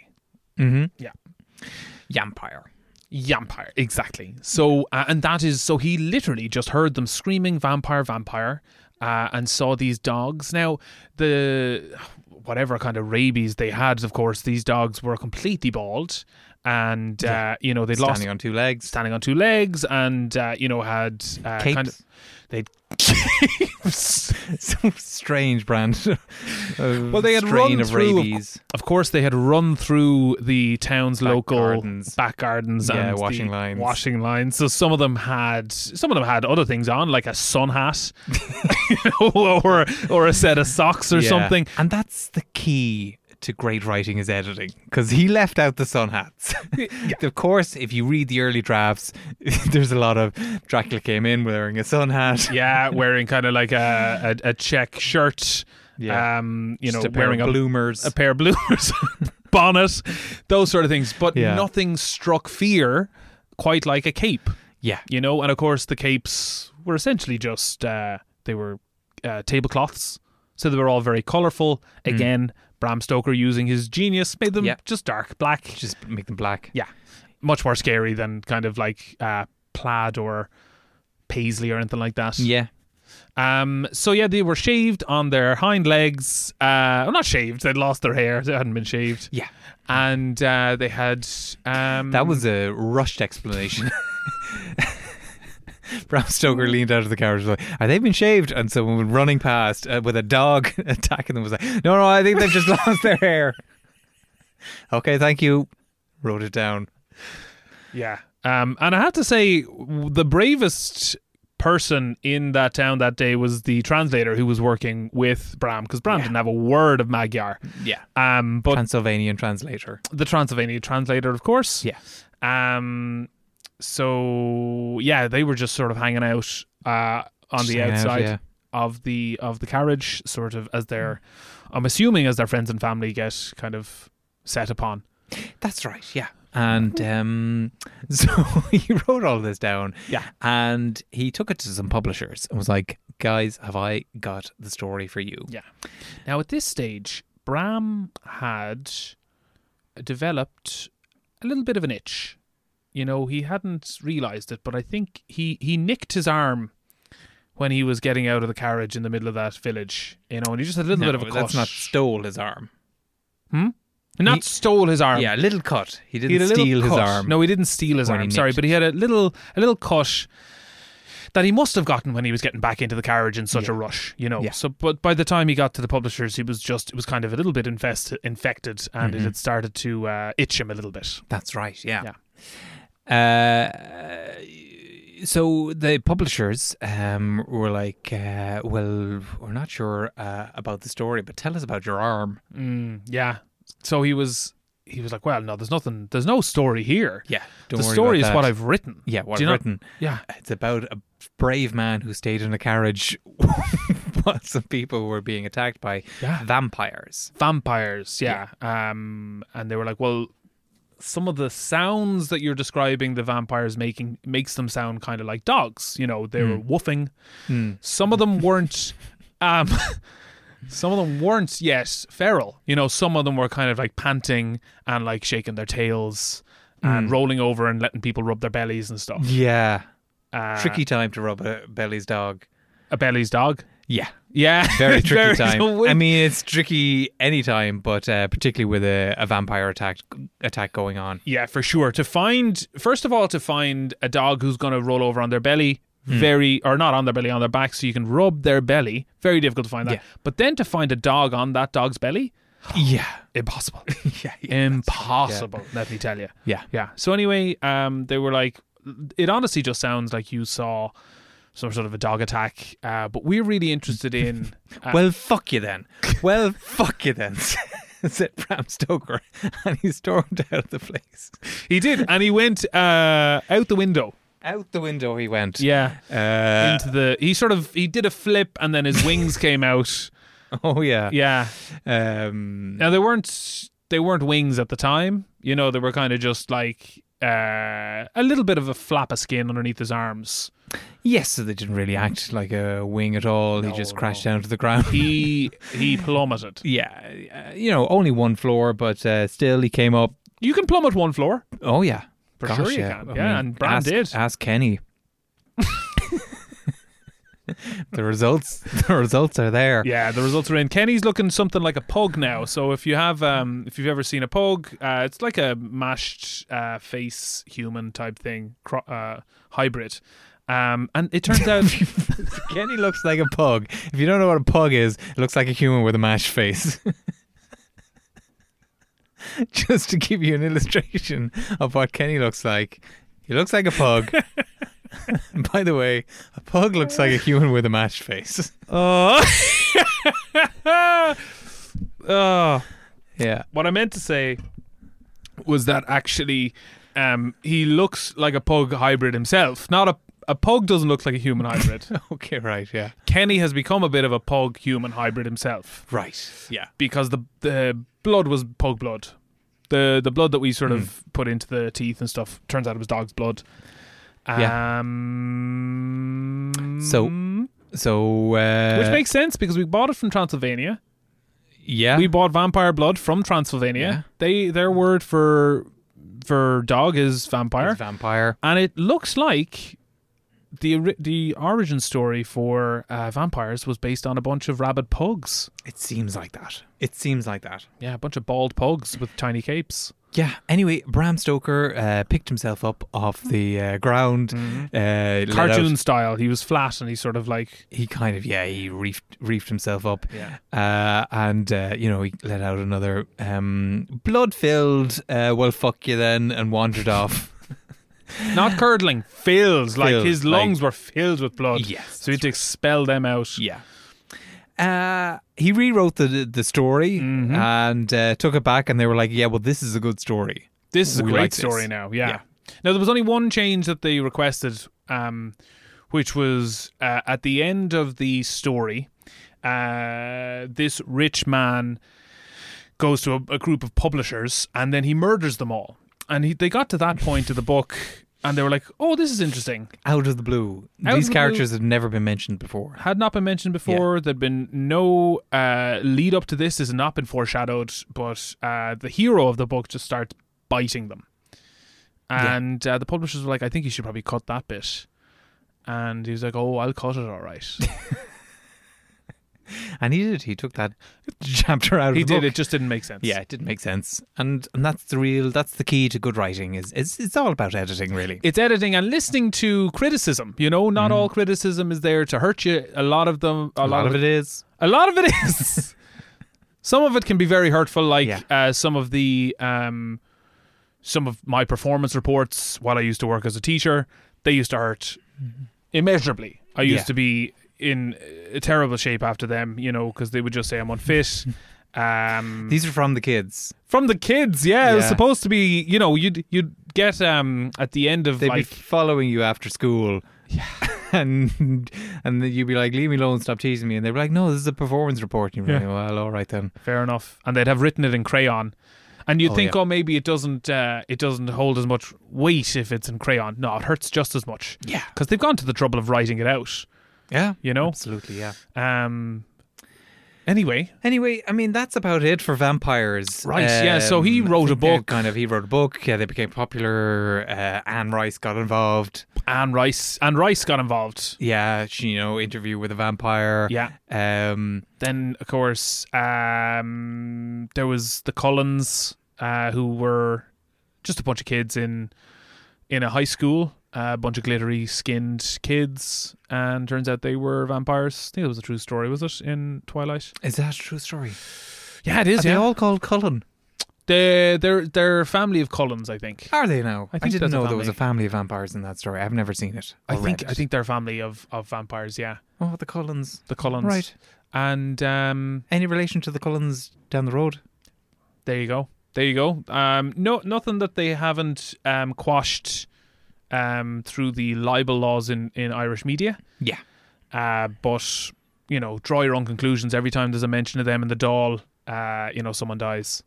C: Yampire.
B: Vampire, exactly. So, uh, and that is so he literally just heard them screaming, "Vampire, vampire," uh, and saw these dogs. Now, the whatever kind of rabies they had, of course, these dogs were completely bald, and uh, you know they'd lost
C: Standing on two legs.
B: standing on two legs, and uh, you know had uh,
C: Capes.
B: kind of they'd capes.
C: Some strange brand. well,
B: Well, they had
C: strain
B: run
C: of
B: through, of
C: rabies.
B: Of course, they had run through the town's local
C: gardens.
B: back gardens
C: Yeah,
B: and
C: washing
B: the
C: lines.
B: Washing lines. So some of them had some of them had other things on, like a sun hat, you know, or or a set of socks or
C: Yeah.
B: something.
C: And that's the key to great writing is editing because he left out the sun hats. Of course, if you read the early drafts, there's a lot of Dracula came in wearing a sun hat.
B: Yeah, wearing kind of like a a, a check shirt.
C: Yeah.
B: Um, you
C: Just
B: know,
C: a pair
B: wearing
C: of
B: a
C: bloomers.
B: a pair of bloomers, bonnet, those sort of things. But
C: Yeah.
B: nothing struck fear quite like a cape.
C: yeah,
B: you know and of course the capes were essentially just uh, they were uh, tablecloths so they were all very colorful again bram stoker using his genius made them
C: Hmm. Yeah.
B: just dark black
C: just make them black.
B: yeah much more scary than kind of like uh, plaid or paisley or anything like that
C: Yeah,
B: um, so yeah they were shaved on their hind legs uh, well, not shaved they'd lost their hair they hadn't been shaved
C: yeah.
B: and uh, they had um,
C: That was a rushed explanation. Bram Stoker leaned out of the carriage was like, "Are they been shaved?" And someone went running past uh, with a dog attacking them was like, "No, no, I think they've just lost their hair." Okay, thank you. Wrote it down.
B: Yeah. Um, and I have to say, w- the bravest person in that town that day was the translator who was working with Bram because Bram didn't have a word of Magyar.
C: Yeah.
B: Um, but
C: Transylvanian translator.
B: the Transylvania translator, of course.
C: Yeah.
B: Um, so yeah, they were just sort of hanging out uh, on
C: Just
B: the
C: hanging out,
B: outside
C: yeah.
B: of the of the carriage, sort of as their, I'm assuming as their friends and family get kind of set upon.
C: That's right. Yeah. And um, so he wrote all this down.
B: Yeah.
C: And he took it to some publishers and was like, guys, have I got the story for you?
B: Yeah. Now at this stage, Bram had developed a little bit of an itch. You know, he hadn't realized it, but I think he he nicked his arm when he was getting out of the carriage in the middle of that village. You know, and he just had a little
C: No,
B: bit of a
C: that's
B: cut.
C: not stole his arm.
B: Not
C: he-
B: stole his arm.
C: Yeah, a little cut.
B: He
C: He didn't
B: had a little
C: steal his
B: cut.
C: arm.
B: No, he didn't steal his
C: when he
B: arm. Sorry,
C: nicked
B: but he had a little a little cut that he must have gotten when he was getting back into the carriage in such a
C: Yeah.
B: rush, you know.
C: Yeah.
B: So, but by the time he got to the publishers, he was just it was kind of a little bit infest, infected, and
C: Mm-hmm.
B: it had started to uh, itch him a little bit.
C: That's right. Yeah. Uh, so the publishers um, were like, uh, well, we're not sure uh, about the story, but tell us about your arm.
B: Mm, yeah. So he was he was like, well, no, there's nothing, there's no story here.
C: Yeah. Don't
B: the
C: worry
B: story is
C: about
B: what
C: that.
B: I've written.
C: Yeah, what
B: Do you
C: I've
B: know-
C: written.
B: Yeah.
C: It's about a brave man who stayed in a carriage while some people were being attacked by
B: Yeah.
C: vampires.
B: vampires yeah. um and they were like well some of the sounds that you're describing the vampires making makes them sound kind of like dogs you know they were
C: Hmm.
B: woofing some of them weren't um some of them weren't yes feral you know some of them were kind of like panting and like shaking their tails
C: Hmm.
B: and rolling over and letting people rub their bellies and stuff
C: Yeah.
B: uh,
C: Tricky time to rob a Belly's dog.
B: a belly's dog
C: Yeah.
B: yeah
C: Very tricky
B: Belly's a
C: time.
B: win-
C: I mean, it's tricky any time, but uh, particularly with a, a vampire attack attack going on.
B: Yeah, for sure. To find, first of all, to find a dog who's going to roll over on their belly,
C: Hmm.
B: very, or not on their belly, on their back, so you can rub their belly. Very difficult to find that.
C: Yeah.
B: But then to find a dog on that dog's belly,
C: Yeah.
B: impossible.
C: Yeah.
B: impossible, let me tell you.
C: Yeah.
B: Yeah. So anyway, um, they were like, it honestly just sounds like you saw some sort of a dog attack, uh, but we're really interested in. Uh,
C: Well, fuck you then. Well, fuck you then, said Bram Stoker. And he stormed out of the place.
B: he did, and he went uh, out the window.
C: Out the window he went.
B: Yeah.
C: Uh,
B: into the he sort of he did a flip and then his wings came out
C: oh yeah.
B: yeah
C: Um,
B: now they weren't they weren't wings at the time you know they were kind of just like uh, a little bit of a flap of skin underneath his arms
C: yes, so they didn't really act like a wing at all. he just crashed down to the ground.
B: he he plummeted
C: yeah, uh, you know, only one floor, but uh, still he came up.
B: you can plummet one floor
C: Oh yeah,
B: For sure you can. Yeah, and Bran
C: ask,
B: did.
C: Ask Kenny. the results, the results are there.
B: yeah the results are in kenny's looking something like a pug now so if you have um if you've ever seen a pug uh, it's like a mashed uh, face human type thing cro- uh, hybrid um and it turns out
C: Kenny looks like a pug. If you don't know what a pug is, it looks like a human with a mashed face. Just to give you an illustration of what Kenny looks like, he looks like a pug. And By the way, a pug looks like a human with a mashed face.
B: oh oh
C: Yeah.
B: what I meant to say was that actually um, he looks like a pug hybrid himself. Not a a pug doesn't look like a human hybrid.
C: Okay, right, yeah.
B: Kenny has become a bit of a pug human hybrid himself
C: Right. Yeah.
B: because the the blood was pug blood. The the blood that we
C: Hmm.
B: sort of put into the teeth and stuff turns out it was dog's blood.
C: Yeah.
B: Um,
C: So- So uh
B: which makes sense because we bought it from Transylvania.
C: Yeah.
B: we bought vampire blood from Transylvania. They their word for for dog is vampire,
C: It's vampire.
B: and it looks like the ori- the origin story for uh, vampires was based on a bunch of rabid pugs.
C: It seems like that. It seems like that.
B: Yeah, a bunch of bald pugs with tiny capes.
C: Yeah. Anyway, Bram Stoker uh, picked himself up off the uh, ground.
B: Mm-hmm.
C: Uh, let out-
B: Cartoon style. He was flat and he sort of like
C: he kind of yeah he reefed reefed himself up
B: Yeah.
C: uh, and uh, you know he let out another um, blood filled uh, well fuck you then and wandered off
B: Not curdling, fills. Like
C: Fills,
B: his
C: like-
B: lungs were filled with blood.
C: Yes,
B: So he had to expel them out.
C: Yeah. Uh, he rewrote the the story
B: Mm-hmm.
C: and uh, took it back, and they were like, "Yeah, well, this is a good story."
B: This is a
C: We
B: great
C: like this.
B: story now. Yeah.
C: Yeah.
B: Now there was only one change that they requested, um, which was uh, at the end of the story. Uh, this rich man goes to a, a group of publishers and then he murders them all. And he, they got to that point of the book and they were like, "Oh, this is interesting."
C: Out of the blue,
B: Out of
C: these
B: the
C: characters had never been mentioned before.
B: Had not been mentioned before. There'd been no uh, lead up to this. Has not been foreshadowed. But uh, the hero of the book just starts biting them,
C: Yeah.
B: and uh, the publishers were like, "I think you should probably cut that bit." And he was like, "Oh, I'll cut it, all right."
C: And he did. He took that chapter out. Of
B: he
C: the
B: did.
C: book.
B: It just didn't make sense.
C: Yeah, it didn't make sense, and and that's the real. That's the key to good writing. Is it's it's all about editing, really.
B: it's editing and listening to criticism. You know, not all criticism is there to hurt you. A lot of them, a,
C: Mm-hmm. a lot of it is.
B: A lot of it is. some of it can be very hurtful, like
C: Yeah.
B: uh, some of the um, some of my performance reports while I used to work as a teacher. They used to hurt immeasurably. I used
C: Yeah.
B: to be in a terrible shape after them, you know, because they would just say I'm unfit. Um,
C: These are from the kids.
B: from the kids, yeah, it was
C: Yeah.
B: supposed to be, you know, you'd you'd get um at the end of
C: They'd
B: like
C: be following you after school. And and then you'd be like, leave me alone, stop teasing me. And they'd be like, no, this is a performance report. And you'd be
B: Yeah.
C: like, well, all right then.
B: Fair enough. And they'd have written it in crayon. And you'd
C: Oh,
B: think,
C: yeah.
B: oh, maybe it doesn't uh, it doesn't hold as much weight if it's in crayon. No, it hurts just as much
C: Yeah.
B: because they've gone to the trouble of writing it out.
C: Yeah.
B: You know.
C: Absolutely, yeah.
B: Um. Anyway,
C: Anyway, I mean that's about it for vampires, Um,
B: Right, yeah, so he
C: I
B: wrote a
C: think they're
B: book.
C: kind of. He wrote a book. Yeah, they became popular. Uh, Anne Rice got involved.
B: Anne Rice and Rice got involved.
C: Yeah, she you know interview with a vampire.
B: Yeah.
C: Um.
B: Then, of course, um, there was the Cullens, uh, who were just a bunch of kids in in a high school, a bunch of glittery skinned kids, and turns out they were vampires. I think it was a true story, was it in Twilight?
C: Is that a true story?
B: Yeah, it is.
C: Are they all called Cullen?
B: they they're they're a family of Cullens, I think.
C: Are they now?
B: I
C: I,
B: think
C: didn't
B: there's a
C: know there was a
B: family.
C: family of vampires in that story. I've never seen it.
B: I
C: or read
B: think
C: it.
B: I think they're a family of of vampires. Yeah,
C: Oh, the Cullens.
B: the Cullens.
C: Right.
B: and um,
C: Any relation to the Cullens down the road?
B: There you go. There you go. Um, no, nothing that they haven't um, quashed um, through the libel laws in, in Irish media.
C: Yeah.
B: Uh, but you know, draw your own conclusions every time there's a mention of them in the doll. Uh, you know, someone dies.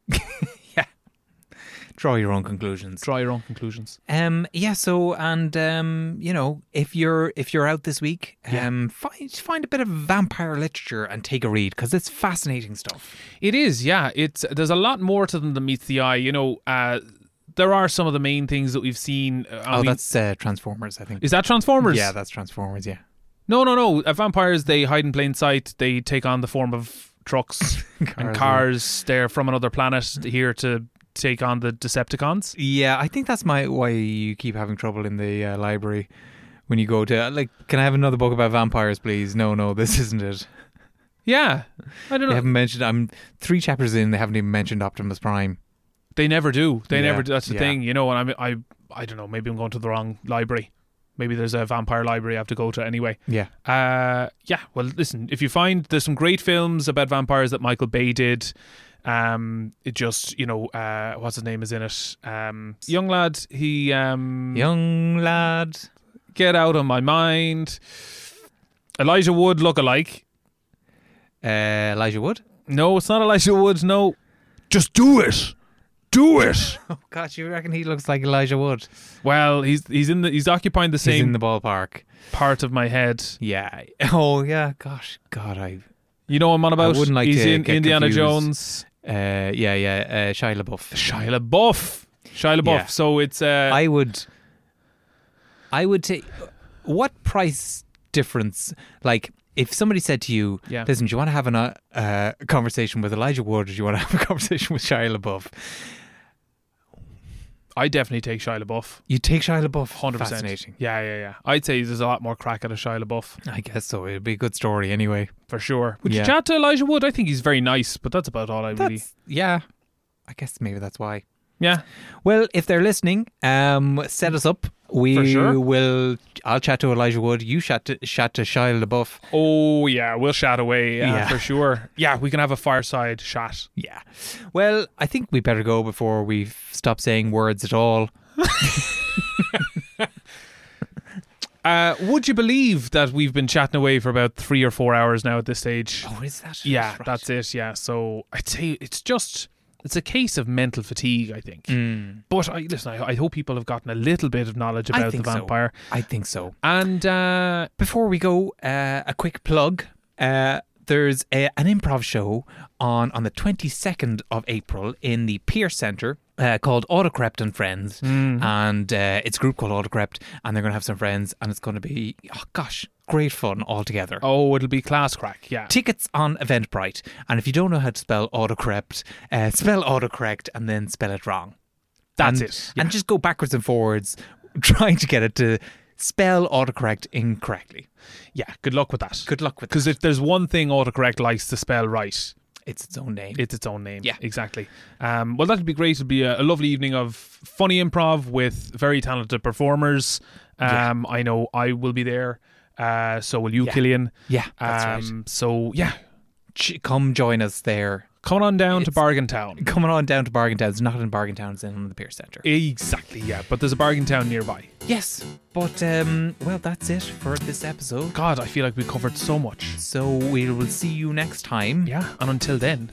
C: Draw your own conclusions.
B: Draw your own conclusions.
C: Um, yeah. So, and um, you know, if you're if you're out this week, um, find find a bit of vampire literature and take a read because it's fascinating stuff.
B: It is, yeah. It's there's a lot more to them than meets the eye. You know, uh, there are some of the main things that we've seen. Uh, I
C: oh,
B: mean-
C: that's uh, Transformers, I think.
B: is that Transformers?
C: Yeah, that's Transformers. Yeah.
B: No, no, no. Uh, vampires, they hide in plain sight. They take on the form of trucks and
C: Cars,
B: cars. They're from another planet here to take on the Decepticons.
C: Yeah, I think that's my why you keep having trouble in the uh, library when you go to uh, like. Can I have another book about vampires, please? No, no, this isn't it.
B: Yeah. I don't
C: They
B: know.
C: haven't mentioned. I'm three chapters in. They haven't even mentioned Optimus Prime.
B: They never do. They
C: Yeah,
B: never do. That's the
C: yeah.
B: thing, you know. And I'm, I, I don't know. Maybe I'm going to the wrong library. Maybe there's a vampire library I have to go to anyway.
C: Yeah.
B: Uh, yeah. Well, listen. If you find there's some great films about vampires that Michael Bay did, um, it just you know, uh, what's his name is in it. Um, young lad. He um,
C: Young lad.
B: get out of my mind. Elijah Wood look alike.
C: Uh, Elijah Wood.
B: No, it's not Elijah Woods. No, just do it. Do it.
C: Oh gosh, you reckon he looks like Elijah Wood?
B: well, he's he's in the he's occupying the
C: He's
B: same
C: in the ballpark.
B: part of my head.
C: Yeah. Oh yeah. Gosh. God. I.
B: You know what I'm on about.
C: wouldn't like
B: he's
C: to
B: in
C: get
B: Indiana
C: confused.
B: Jones.
C: Uh, yeah. Yeah. Uh, Shia LaBeouf.
B: Shia LaBeouf. Shia LaBeouf.
C: Yeah.
B: So it's uh,
C: I would. I would take. What price difference? Like, if somebody said to you,
B: Yeah.
C: "Listen, do you want to have an, uh, uh, conversation with Elijah Wood, or do you want to have a conversation with Shia LaBeouf?"
B: I definitely take Shia LaBeouf.
C: You take Shia LaBeouf.
B: Hundred percent.
C: Fascinating.
B: Yeah, yeah, yeah. I'd say there's a lot more crack at a Shia LaBeouf
C: I guess so. It'd be a good story anyway.
B: for sure. Would you
C: Yeah.
B: chat to Elijah Wood? I think he's very nice, but that's about all I really.
C: That's yeah. I guess maybe that's why.
B: Yeah.
C: Well, if they're listening, um, set us up We
B: sure.
C: will. I'll chat to Elijah Wood. You chat to, chat to Shia LaBeouf.
B: Oh yeah, we'll chat away uh,
C: Yeah.
B: for sure. Yeah, we can have a fireside chat.
C: Yeah. Well, I think we better go before we f- stop saying words at all.
B: Uh, would you believe that we've been chatting away for about three or four hours now at this stage?
C: Oh, is that?
B: yeah, that's it. Yeah, so I'd say it's just it's a case of mental fatigue, I think. But I, listen, I, I hope people have gotten a little bit of knowledge
C: Hmm. I
B: about the
C: think so.
B: vampire.
C: I think so.
B: And uh,
C: Before we go, uh, a quick plug. Uh, there's a, an improv show on on the 22nd of April in the Pier Centre. Uh, called Autocrept and Friends, and uh, it's a group called Autocrept, and they're going to have some friends, and it's going to be, oh gosh, great fun altogether.
B: oh, it'll be class crack. Yeah,
C: Tickets on Eventbrite, and if you don't know how to spell autocorrect, uh, spell autocorrect and then spell it wrong.
B: that's
C: and,
B: it.
C: And just go backwards and forwards, trying to get it to spell autocorrect incorrectly.
B: Yeah, good luck with that.
C: Good luck with
B: Because if there's one thing autocorrect likes to spell right,
C: It's its own name.
B: it's its own name.
C: Yeah.
B: exactly. Um, well, that'd be great. It'd be a, a lovely evening of funny improv with very talented performers. Um, I know I will be there. Uh, so will you,
C: Yeah.
B: Killian.
C: yeah, that's right.
B: um, So yeah,
C: Ch- come join us there.
B: coming on down to
C: It's-
B: Bargain Town.
C: Coming on down to Bargain Town. It's not in Bargain Town, it's in the Pier Centre.
B: Exactly. Yeah, but there's a Bargain Town nearby.
C: yes, but um, well, that's it for this episode.
B: God, I feel like we covered so much.
C: So we will see you next time.
B: Yeah, and until then.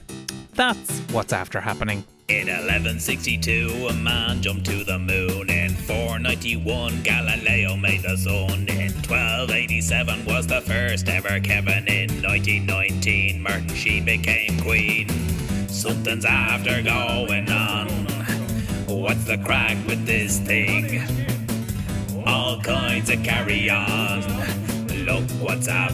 C: That's what's after happening.
A: In 1162, a man jumped to the moon. In 491, Galileo made the sun. In 1287 was the first ever Kevin. In 1919, Martin she became queen. Something's after going on. What's the crack with this thing? All kinds of carry on. Look what's after.